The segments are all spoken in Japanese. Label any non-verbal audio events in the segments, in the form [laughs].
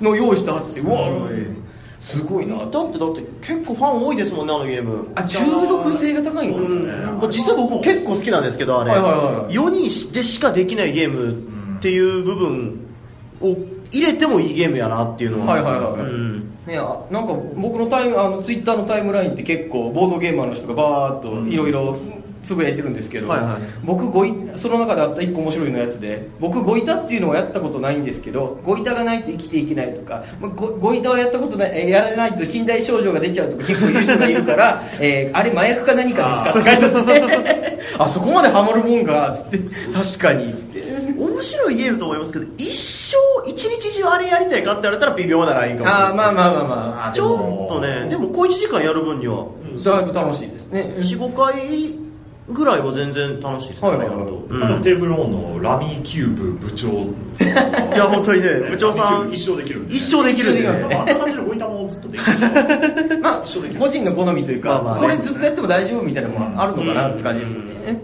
の用意してあってすうごいわすごいなだってだって結構ファン多いですもんねあのゲームあ中毒性が高いんですね、うんまあ実際僕も結構好きなんですけどあれ、はいはいはいはい4人でしかできないゲームっていう部分を入れてもいいゲームやなっていうのはいはいはいはいうんいやなんか僕のタイムあのツイッターのタイムラインって結構ボードゲーマーの人がバーッといろいろつぶやいてるんですけど、はいはい僕ごいその中であった一個面白いのやつで僕ゴイタっていうのをやったことないんですけどゴイタがないと生きていけないとかまあゴゴイタをやったことないえーやらないと近代症状が出ちゃうとか結構言う人がいる [laughs] から、えーあれ麻薬か何かですかって書いてあって [laughs] あそこまでハマるもんかつって確かにつって面白いゲームと思いますけど一生一日中あれやりたいかって言われたら微妙なラインかもしれないああまあまあまあまあちょっとねでもこう1時間やる分にはだいぶ楽しいですね45回ぐらいは全然楽しいですね、はいはいはいやるとあのテーブルオンのラミーキューブ部長いや本当にね [laughs] 部長さん一生できるんで一生できるんで一生できますねあんな感じで置いたもんずっとできるしまあ、一緒でいい個人の好みというか、まあまあこねれずっとやっても大丈夫みたいなのもあるのかなって感じですね、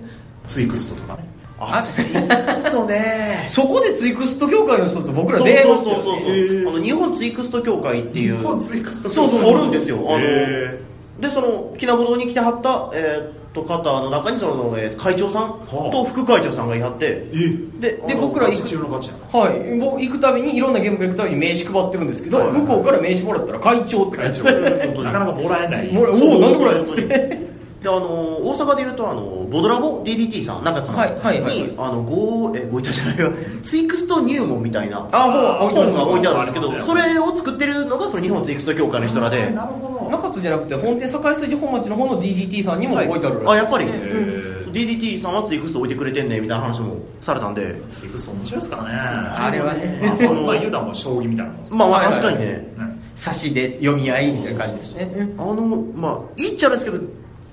ツイクストとかねあツイクストねそこでツイクスト協会の人と僕らそう出会いそうましたそうよそう、ねあの日本ツイクスト協会っていう日本ツイクストそうそうあるんですよあのへでそのきなぼどに来てはった、えーっと方の中にその、えー会長さんはあと副会長さんがいはってえでで僕らガ行チ中くのガチやなはい、もう行くたびにいろんなゲームが行くたびに名刺配ってるんですけど、はい向こうから名刺もらったら会長って書いてあるなかなかもらえないもらおそうおなんだこれっ本つ当ってにであのー大阪でいうとあのボドラボ DDT さん中津さんに、はいはいはいあのごえごいたじゃないわツイクスト入門みたいなあ本置いてある本が置いてあるんですありけまどすそねれを作ってるのがその日本ツイクスト協会の人らでなるほど中津じゃなくて本店堺筋本町の方の DDT さんにも置いてあるあらしいやっぱりへー DDT さんはツイクスト置いてくれてんねみたいな話もされたんでツイクスト面白いですからねああれはねそのまあ言うたらもう将棋みたいなもんですねまあまあはいはい確かにね差しで読み合いみたいな感じですねうんあのまあ言っちゃうんですけど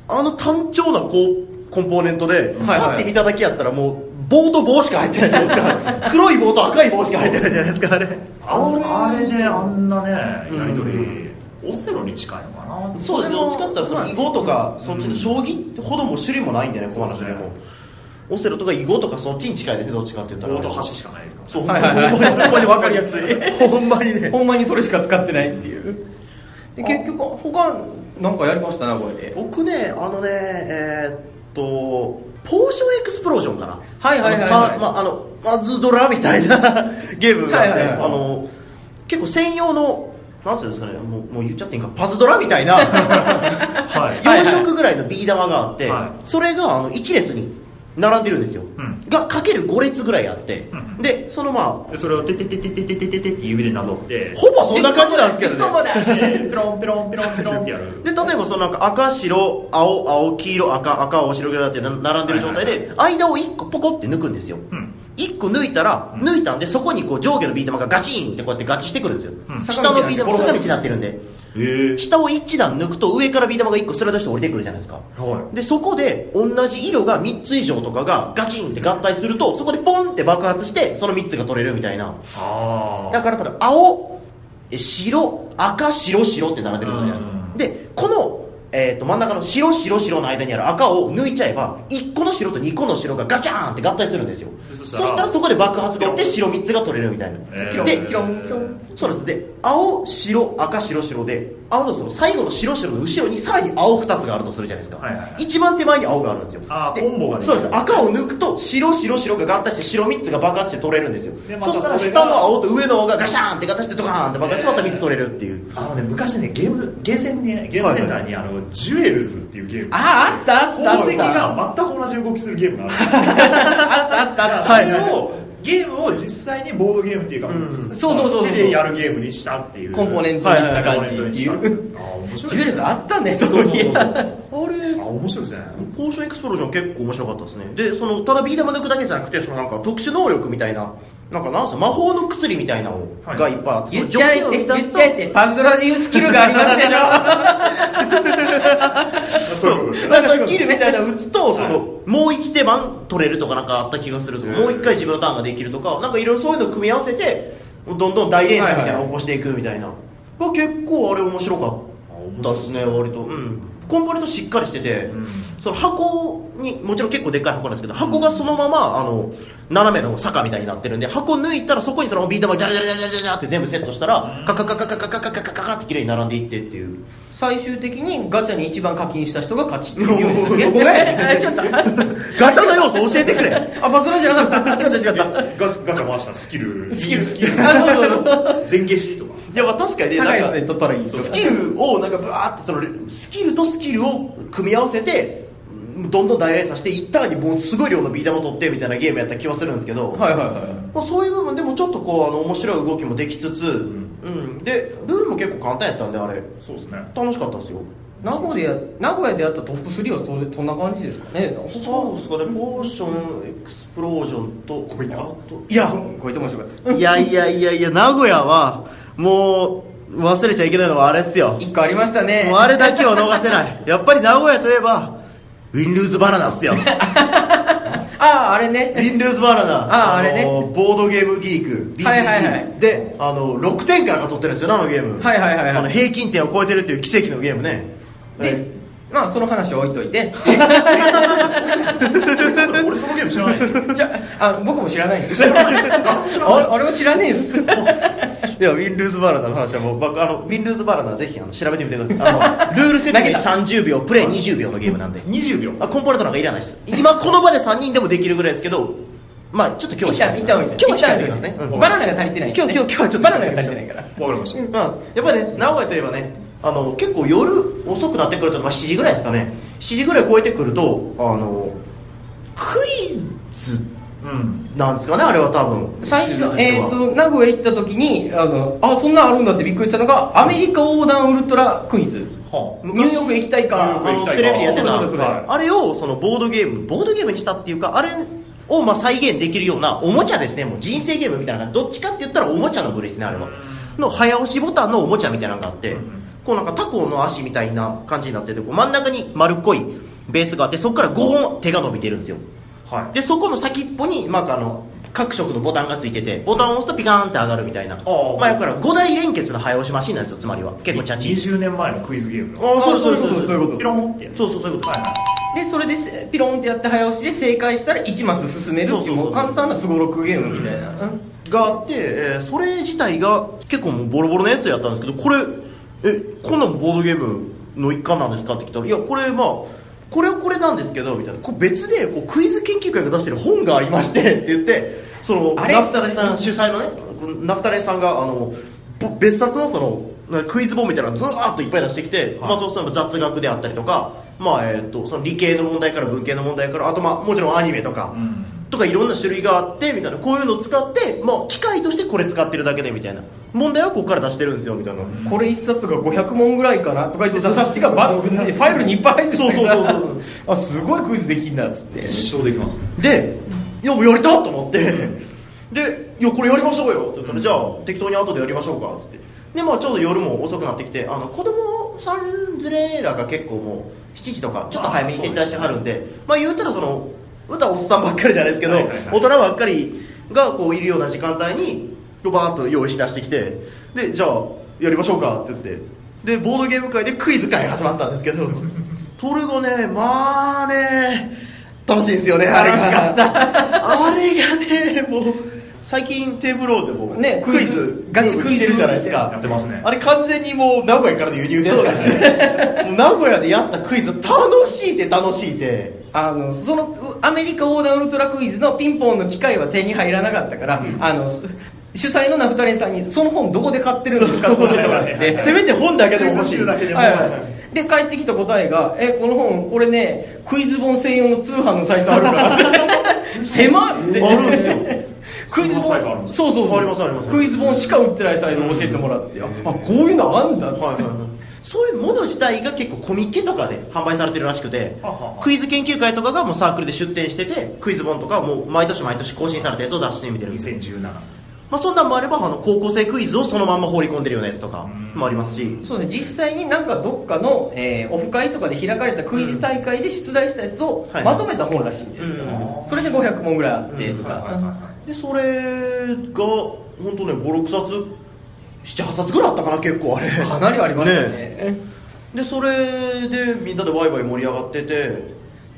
あの単調なこうコンポーネントではいパッて見ただけやったらもう棒と棒しか入ってないじゃないです [laughs] か黒い棒と赤い棒しか入ってないじゃないですかあれあのあれであんなねやりとうりオセロに近いのかなそうでそれすね、もどっちかって言ったらその囲碁とか、そっちの将棋ってほども種類もないんじゃないこの話でそうもでオセロとか囲碁とかそっちに近いですねどっちかって言ったら棒と箸しかないですから [laughs] そうほはんまいにはいはいほんまに分かりやす [laughs] いほんまに [laughs] ねほんまにそれしか使ってないっていうで結局他なんかやりましたなこれで僕ねあのねえーっとポーションエクスプロージョンかなはいはいはいはいあのままあのマズドラみたいな [laughs] ゲームがあって、はいはいはいあの結構専用のなんていうんですかねもうもう言っちゃっていいんかパズドラみたいなはい4色ぐらいのビー玉があって、はそれがあの1列に並んでるんですよ、んがかける5列ぐらいあって、うんでそのまあでそれをてててててててててって指でなぞってほぼそんな感じなんですけどねでペロンペロンペロンペロンってやるで例えばそのなんか赤白青青黄色赤赤青白ぐらいだってな並んでる状態で間を1個ポコって抜くんですよ、うん1個抜いたらうん抜いたんでそこにこう上下のビー玉がガチンってこうやって合致してくるんですよ、うん下のビー玉坂道なんで坂道になってるんでええ下を1段抜くと上からビー玉が1個スライドして降りてくるじゃないですかはいでそこで同じ色が3つ以上とかがガチンって合体するとそこでポンって爆発してその3つが取れるみたいなあだあからただ青え白赤白白って並んでるじゃないですうんうんうかんでこの、えー、と真ん中の白白白の間にある赤を抜いちゃえば1個の白と2個の白がガチャーンって合体するんですよでそそししたたららそこで爆発が起きて白3つが取れるみたいな、えキロンでキロンキロンそうなんですで青白赤白白で青のその最後の白白の後ろにさらに青2つがあるとするじゃないですか、はいはいはい一番手前に青があるんですよあーでコンボができそるうです赤を抜くと白白白が合体して白3つが爆発して取れるんですよでまそたしたらそれ下がの青と上の青がガシャーンって合体してドカーンって爆発してまた3つ取れるっていう、あのね昔ねゲームゲーセンにゲームセンターにあのジュエルズっていうゲームあああったあったあ宝っ石たが全く同じ動きするゲームがあるんですよあったあっそはいれをゲームを実際にボードゲームっていうか、ん普通にそうそうそうそう手でやるゲームにしたっていうコンポーネントにし感たじコンポーネントにしたっていあー面白いたジですねュエルズあったねそそうそこうそうそにうあれあ面白いですねポーションエクスプロージョン結構面白かったですねでそのただビー玉抜くだけじゃなくてそのなんか特殊能力みたいななんかなんすか魔法の薬みたいなのはいがいっぱいあって、言っちゃえその条件をって満た言すっとちゃえってパズドラでいうスキルがありますでしょそういうことですよなんかスキルみたいなの打つと、そのもう1手番取れるとかなんかあった気がするとか、うんもう1回自分のターンができるとか、なんかいろいろそういうのを組み合わせて、どんどん大連鎖みたいなのを起こしていくみたいな、が結構あれ面白かっあ面た白いでですすね割と、うん、コンポーネントしっかりしてて、うんその箱にもちろん結構でっかい箱なんですけど箱がそのままあの斜めの坂みたいになってるんで箱抜いたらそこにそのビー玉ジャラジャラジャラジャラジャラって全部セットしたらカカカカカカカカカカカカって綺麗に並んでいってっていう最終的にガチャに一番課金した人が勝ちっていう [laughs] ごめんえちょっとガチャの要素教えてくれ [laughs] あバズらじゃなかったあちょっと違ガっチャガチャ回したスキルたスキルスキ [laughs] ルルあそうそうそう前傾しとかいやまあ確かにね高いなやんつかで取ったらいいとかスキルをなんかブワーってそのスキルとスキルを組み合わせてどんどん大連鎖していったにもうすごい量のビー玉取ってみたいなゲームやった気はするんですけど、はいはいはいまあ、そういう部分でもちょっとこうあの面白い動きもできつつ、うんんでルールも結構簡単やったんであれそうですね楽しかったですよ名古屋名古屋でやったトップ3はそれそんな感じですかねそうですかねポーションエクスプロージョンとこういったあといやこういった面白かった [laughs] いやいやいやいや名古屋はもう忘れちゃいけないのはあれっすよ一個ありましたねもうあれだけは逃せないやっぱり名古屋といえばウィンルーズバナナっ [laughs] すよウあああれねィンルーズバナナあーあれねのボードゲームギーク BGG、はいはいはいであの6点からが取ってるんですよねあのゲームはいはいはいはいあの平均点を超えてるっていう奇跡のゲームねでえまあその話は置いといて [laughs] 俺そのゲーム知らないですよじゃああ僕も知らないです [laughs] あ俺も知らねえっすいやウィンルーズバナナの話はもうばあのウィンルーズバナナぜひあの調べてみてください [laughs] あのルール説明30秒プレイ20秒のゲームなんで20秒あコンポーネントなんかいらないです今この場で3人でもできるぐらいですけどまあちょっと今日は控えて一旦おきま一す旦今日は控えておきますね、うんバナナが足りてない今日今日今日はちょっとバナナが足りてないからわかりましたまあ、やっぱりね名古屋といえばねあの結構夜遅くなってくると、まあ、7時ぐらいですかね7時ぐらい超えてくるとあのクイズうんなんですかねあれは多分最初知らないえー、人はと名古屋行った時にあのあそんなんあるんだってびっくりしたのがアメリカ横断ウルトラクイズはニューヨーク行きたいかニューヨーク行きたいかテレビでやってたそれそれそれあれをそのボードゲームボードゲームにしたっていうかあれをまあ再現できるようなおもちゃですねもう人生ゲームみたいなどっちかって言ったらおもちゃの部類ですねあれはの早押しボタンのおもちゃみたいなのがあってうんうんこうなんかタコの足みたいな感じになっててこう真ん中に丸っこいベースがあってそこから5本手が伸びてるんですよあはいでそこの先っぽに、まあ、あの各色のボタンがついててボタンを押すとピカーンって上がるみたいなーまあだから5大連結の早押しマシンなんですよつまりは結構チャチ20年前のクイズゲームのあーそうそうそういうことピロンってやつそうそうそういうことはいはでそれでせピロンってやって早押しで正解したら1マス進めるっていうもう簡単なすごろくゲームみたいな、うんがあって、えーそれ自体が結構もうボロボロのやつやったんですけどこれえこんなんもボードゲームの一環なんですかって聞いたら「いやこれまあこれはこれなんですけど」みたいなこう別でこうクイズ研究会が出してる本がありまして [laughs] って言ってそのあれナフタレさん主催のねナフタレさんがあのぼ別冊のそのなクイズ本みたいなのずーっといっぱい出してきて、はいまあ、その雑学であったりとか、まあえー、とその理系の問題から文系の問題からあと、まあ、もちろんアニメとか、いうんとかいろんな種類があってみたいなこういうのを使って、まあ、機械としてこれ使ってるだけでみたいな問題はここから出してるんですよみたいな、これ1冊が500問ぐらいかなとか言ってた冊子がバッてファイルにいっぱい入ってそうてそうそうそう [laughs] あすごいクイズできんなっつって一生できますねでいやもうやりたと思って [laughs] で「いやこれやりましょうよ」って言ったら「じゃあ適当に後でやりましょうか」ってでまあちょうど夜も遅くなってきてあの子供さん連れらが結構もう7時とかちょっと早めに撤退してはるんでまあ言うたらその歌おっさんばっかりじゃないですけど、はいはいはい大人ばっかりがこういるような時間帯にバーッと用意し出してきてでじゃあやりましょうかって言ってでボードゲーム会でクイズ会始まったんですけどそれがねまあね楽しいんですよねあれが楽しかったあれがねもう最近テーブローでもねクイクイズズガガチチククイイズズるじゃないですかやってますねあれ完全にもう名古屋からの輸入ですからねもう名古屋でやったクイズ楽しいって楽しいってあのそのうアメリカ横断ウルトラクイズのピンポンの機械は手に入らなかったから、あのす主催のナフタレンさんに「その本どこで買ってるんですか?」って教えてもらって [laughs] せめて本だけでも欲しクイズ集だけでもはいはいはい、で帰ってきた答えが「えこの本俺ねクイズ本専用の通販のサイトあるから」狭っ!」ってあるんですよクイズそんなサイトあるん本ですそうそうそうありますありますクイズ本しか売ってないサイトを教えてもらって、あこういうのあんだっつって、そういうもの自体が結構コミケとかで販売されてるらしくてはははクイズ研究会とかがもうサークルで出展しててクイズ本とかはもう毎年毎年更新されたやつを出してみてるんですよ2017まあ、そんなんもあればあの高校生クイズをそのまんま放り込んでるようなやつとかもありますしそうね、実際になんかどっかの、えーオフ会とかで開かれたクイズ大会で出題したやつをはいまとめた本らしいんですよ、うそれで500問ぐらいあってうとんはいはいか、はでそれが本当ね56冊78冊ぐらいあったかな結構あれかなりありましたねでそれでみんなでワイワイ盛り上がってて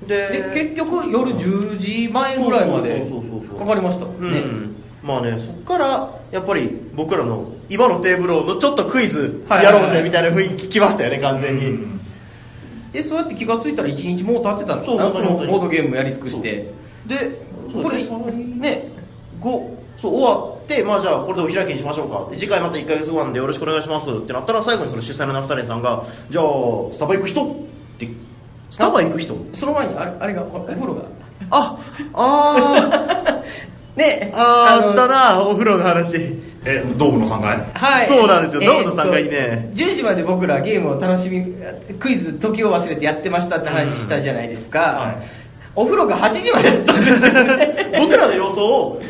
でで結局夜10時前ぐらいまでそうそうそうそうそうかかりましたもうんねんまあねそっからやっぱり僕らの今のテーブルのちょっとクイズはいやろうぜみたいな雰囲気来ましたよね完全に、うんでそうやって気が付いたら1日もう経ってたんですそうなその本当にボードゲームやり尽くしてでここれれね5そう終わってまあじゃあこれでお開きにしましょうかで次回また1か月後なんでよろしくお願いしますってなったら最後にその主催のナフタレンさんがじゃあスタバ行く人ってスタバ行く人その前にあれあれがおお風呂がああね [laughs] ーあーあのったなお風呂の話えドームの3階はい、そうなんですよえードームの三階にね10時まで僕らゲームを楽しみクイズ時を忘れてやってましたって話したじゃないですか、はいお風呂が8時までやったんですよね [laughs] 僕らの様相を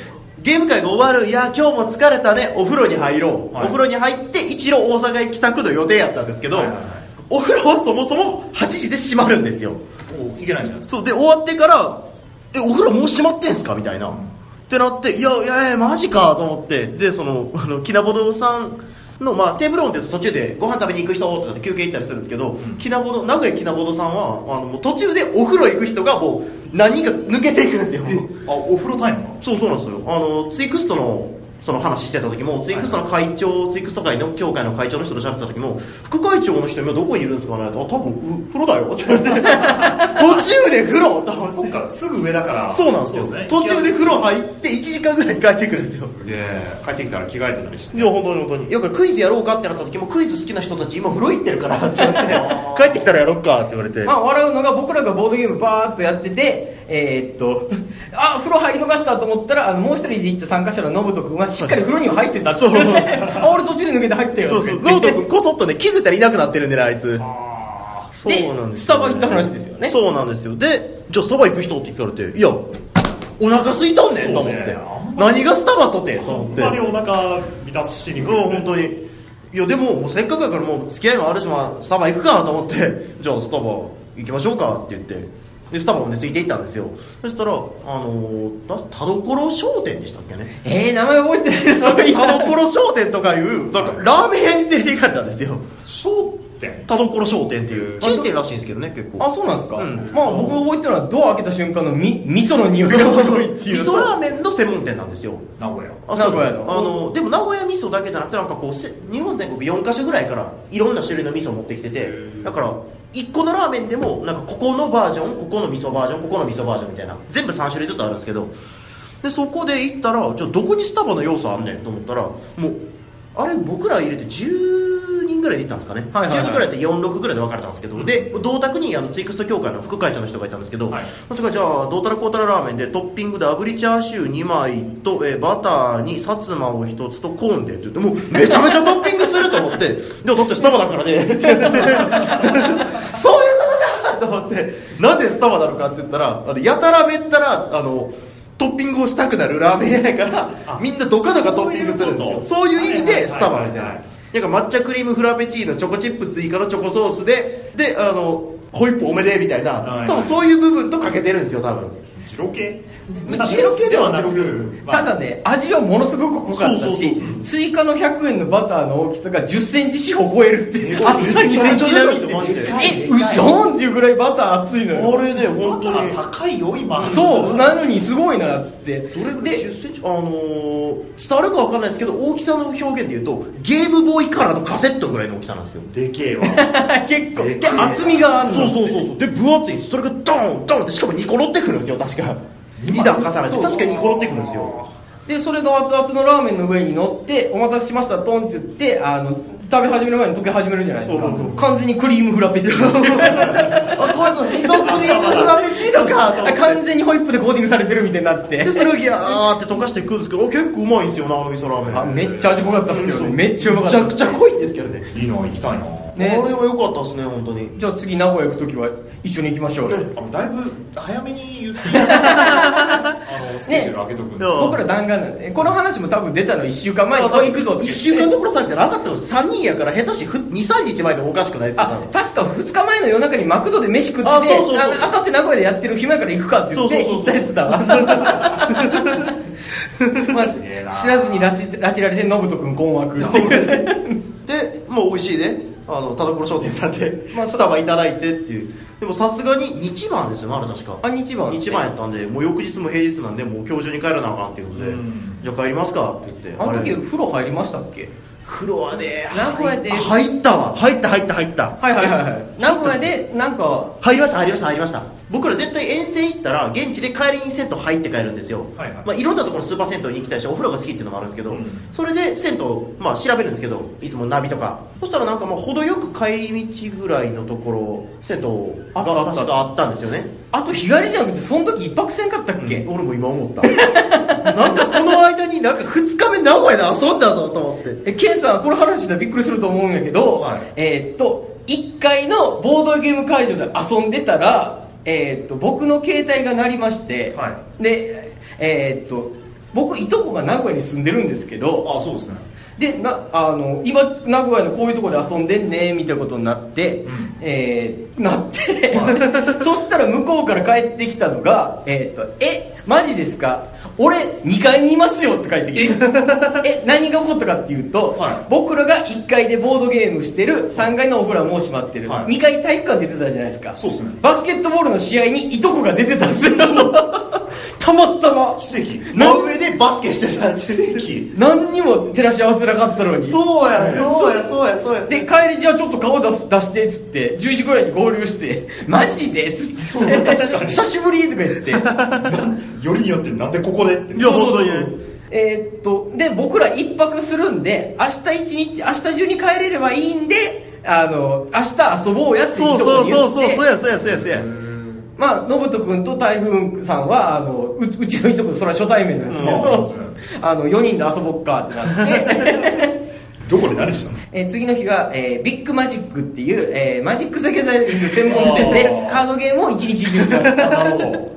ゲーム会が終わるいや今日も疲れたねお風呂に入ろう、はいお風呂に入って一路大阪へ帰宅の予定やったんですけど、はいはいはいお風呂はそもそも8時で閉まるんですよおいけないじゃないですかそうで終わってから「えお風呂もう閉まってんすか?」みたいな、ってなって「いやいやいやマジか」と思ってでそのあのきなぼどうさんの、まあ、テーブルオンって言うと途中でご飯食べに行く人とかで休憩行ったりするんですけど、きなぼど名古屋きなぼどさんはあのもう途中でお風呂行く人がもう何人か抜けていくんですよあお風呂タイムなのそうそうなんですよあのツイクストのその話してた時もツイクストの会長、ツイクスト会の協会の会長の人と喋ってた時も副会長の人今どこにいるんですかねってあ多分う風呂だよって言われて途中で風呂と思ってそっかすぐ上だからそうなんですよ途中で風呂入って1時間ぐらいに帰ってくるんですよすげえ帰ってきたら着替えてたりしていや本当に本当にいやこれクイズやろうかってなった時もクイズ好きな人たち今風呂行ってるからって言われて帰ってきたらやろうかって言われてまあ笑うのが僕らがボードゲームバーっとやっててえーっとあ風呂入り逃したと思ったらあのもう一人で行った参加者の信人君はしっかり風呂には入ってたっつってそう [laughs] あ俺途中で抜けて入ったよそうそうって言ノーってト君こそっとね気づいたらいなくなってるんでねあいつあそうなんですよね、スタバ行った話ですよねそうなんですよでじゃあそば行く人って聞かれていやお腹空いたんねんと思って、そうねあん何がスタバとてーとほ思んってまにお腹満たしにくいうん本当にいやでももうせっかくやからもう付き合いもあるし、まあ、スタバ行くかと思って [laughs] じゃあスタバ行きましょうかって言ってでスタバまでついて行ったんですよそしたらあのーた田所商店でしたっ [laughs] けねえー、名前覚えてないですなんか田所商店とかいうなんかラーメン屋に連れて行かれたんですよ商店田所商店っていうチェーン店らしいんですけどね結構あそうなんですか、うんまあ僕が覚えてるのはドア開けた瞬間のみ味噌の匂いがすごいって味いう噌ラーメンの専門店なんですよ名古屋あそう名です古屋のあのでも名古屋味噌だけじゃなくてなんかこうせ日本全国4か所ぐらいからいろんな種類の味噌を持ってきててーだから1個のラーメンでもなんかここのバージョンここの味噌バージョンここの味噌バージョンみたいな全部3種類ずつあるんですけどでそこで行ったらじゃあどこにスタバの要素あんねんと思ったらもうあれ僕ら入れて10人ぐらいで行ったんですかね、はいはいはい10人ぐらいで46ぐらいで分かれたんですけど、で同卓にあのツイクスト協会の副会長の人がいたんですけど、はいそれからじゃあどうたらこうたらラーメンでトッピングで炙りチャーシュー2枚と、えーバターにさつまを1つとコーンでって言ってもうめちゃめちゃトッピングすると思ってでもだってスタバだからね [laughs] って言ってそういうことだと思ってなぜスタバなのかって言ったらあのやたらめったらあのトッピングをしたくなるラーメン屋やからあみんなどかどかトッピングするんですよそそうういいううこと意味でスタバみたいはいはいはいはいな。なんか抹茶クリームフラペチーノチョコチップ追加のチョコソースでであのホイップおめでみたいな、はいはい多分そういう部分とかけてるんですよ多分ジロ系ジロ系ではなくジロ系ただね味はものすごく濃かったしそうそう追加の100円のバターの大きさが1 0ンチ四方超えるっていう厚さ2センチなのにマジでえ嘘っていうぐらいバター熱いのよあれねま本当にだ高いよ今そうなのにすごいなっつってどれぐらでい10センチあのー、伝わるかわかんないですけど大きさの表現で言うとゲームボーイカラーのカセットぐらいの大きさなんですよでけ [laughs] えわ結構でで厚みがあるのそうそうそうそうで分厚いそれがドーンドーンってしかも2個乗ってくるんですよ確か2段重ねてそう確か2個乗ってくるんですよでそれが熱々のラーメンの上に乗って「お待たせしました」トンって言ってあの食べ始める前に溶け始めるじゃないですかそうそうそう完全にクリームフラペチーノっていう [laughs] あこういうの味噌クリームフラペチーノかと思って完全にホイップでコーティングされてるみたいになってでそれをギャーって溶かしていくんですけどあ結構うまいんですよなあの味噌ラーメンあめっちゃ味濃かったっすけどねめっちゃうまかめったっちゃくすちゃ濃いんですけどねいいな行きたいな、ねあれは良かったですね本当にじゃあ次名古屋行く時は一緒に行きましょうよねあのだいぶ早めに [laughs] 言っていいあのスケジュール開けとくんで、ねうん僕ら弾丸なんでこの話も多分出たの1週間前にあ行くぞって言っ1て週間どころさんじゃなかったの3人やから下手し23日前でもおかしくないですよ多あ分確か2日前の夜中にマクドで飯食ってあそうそうそうあのあさって名古屋でやってる暇やから行くかって言ってそう行そうったそうやつだわ [laughs] まあすげえな知らずに拉致拉致られて信人君困惑っていうでもう美味しいねあの田所商店さんで、まあスタバいただいてっていうでもさすがに日晩ですよねあれ確かあ日晩日晩やったんでもう翌日も平日なんでもう今日中に帰らなあかんっていうことで、うんじゃあ帰りますかって言ってあの時れ風呂入りましたっけ風呂はね名古屋であ入ったわ入った入った入ったはいはいはいはい名古屋でなんか入りました入りました入りました僕ら絶対遠征行ったら現地で帰りに銭湯入って帰るんですよ、はいはいまあ、いろんなところスーパー銭湯に行きたいしお風呂が好きっていうのもあるんですけど、うんそれで銭湯、まあ、調べるんですけどいつもナビとかそしたらなんかまあ程よく帰り道ぐらいのところ銭湯あったあがった確かあったんですよねあと日帰りじゃなくてその時一泊せんかったっけ、俺も今思った [laughs] なんかその間になんか2日目名古屋で遊んだぞと思ってえケンさんこれ話したらびっくりすると思うんやけど、はいえーっと1階のボードゲーム会場で遊んでたら、えーっと僕の携帯が鳴りまして、はでえーっと僕いとこが名古屋に住んでるんですけどあそうですねでなあの今名古屋のこういうとこで遊んでんねみたいなことになって、うんえーなって、 [laughs] そしたら向こうから帰ってきたのが「えー、とえマジですか俺2階にいますよ」って帰ってきて [laughs] え何が起こったかっていうと、はい僕らが1階でボードゲームしてる3階のお風呂はもう閉まってる、はい2階体育館出てたじゃないですかそうですねバスケットボールの試合にいとこが出てたんですよ [laughs] たまたま奇跡真上でバスケしてたんです奇何にも照らし合わせなかったのにそうやそうやそうやそうやで帰りじゃあちょっと顔出す出してっつって10時ぐらいに合流して [laughs] 「マジで?」っつって「 [laughs] 久しぶり」とか [laughs] 言って跡よりによってなんでここでっていやそうそうそう本当にえーっとで僕ら一泊するんで明日一日明日中に帰れればいいんであの明日遊ぼうやっていそとうそこうにそ言うそうってそうやそうやそうやそうやまあ、信人君と台風さんはあのううちのいとこそれは初対面なんですけど、うんそうそう [laughs] あの4人で遊ぼっかってなって。どこで何したの [laughs] えー次の日は、えービッグマジックっていう、えーマジック・ザ・ギャザリング専門店であーカードゲームを一日中してましたなるほど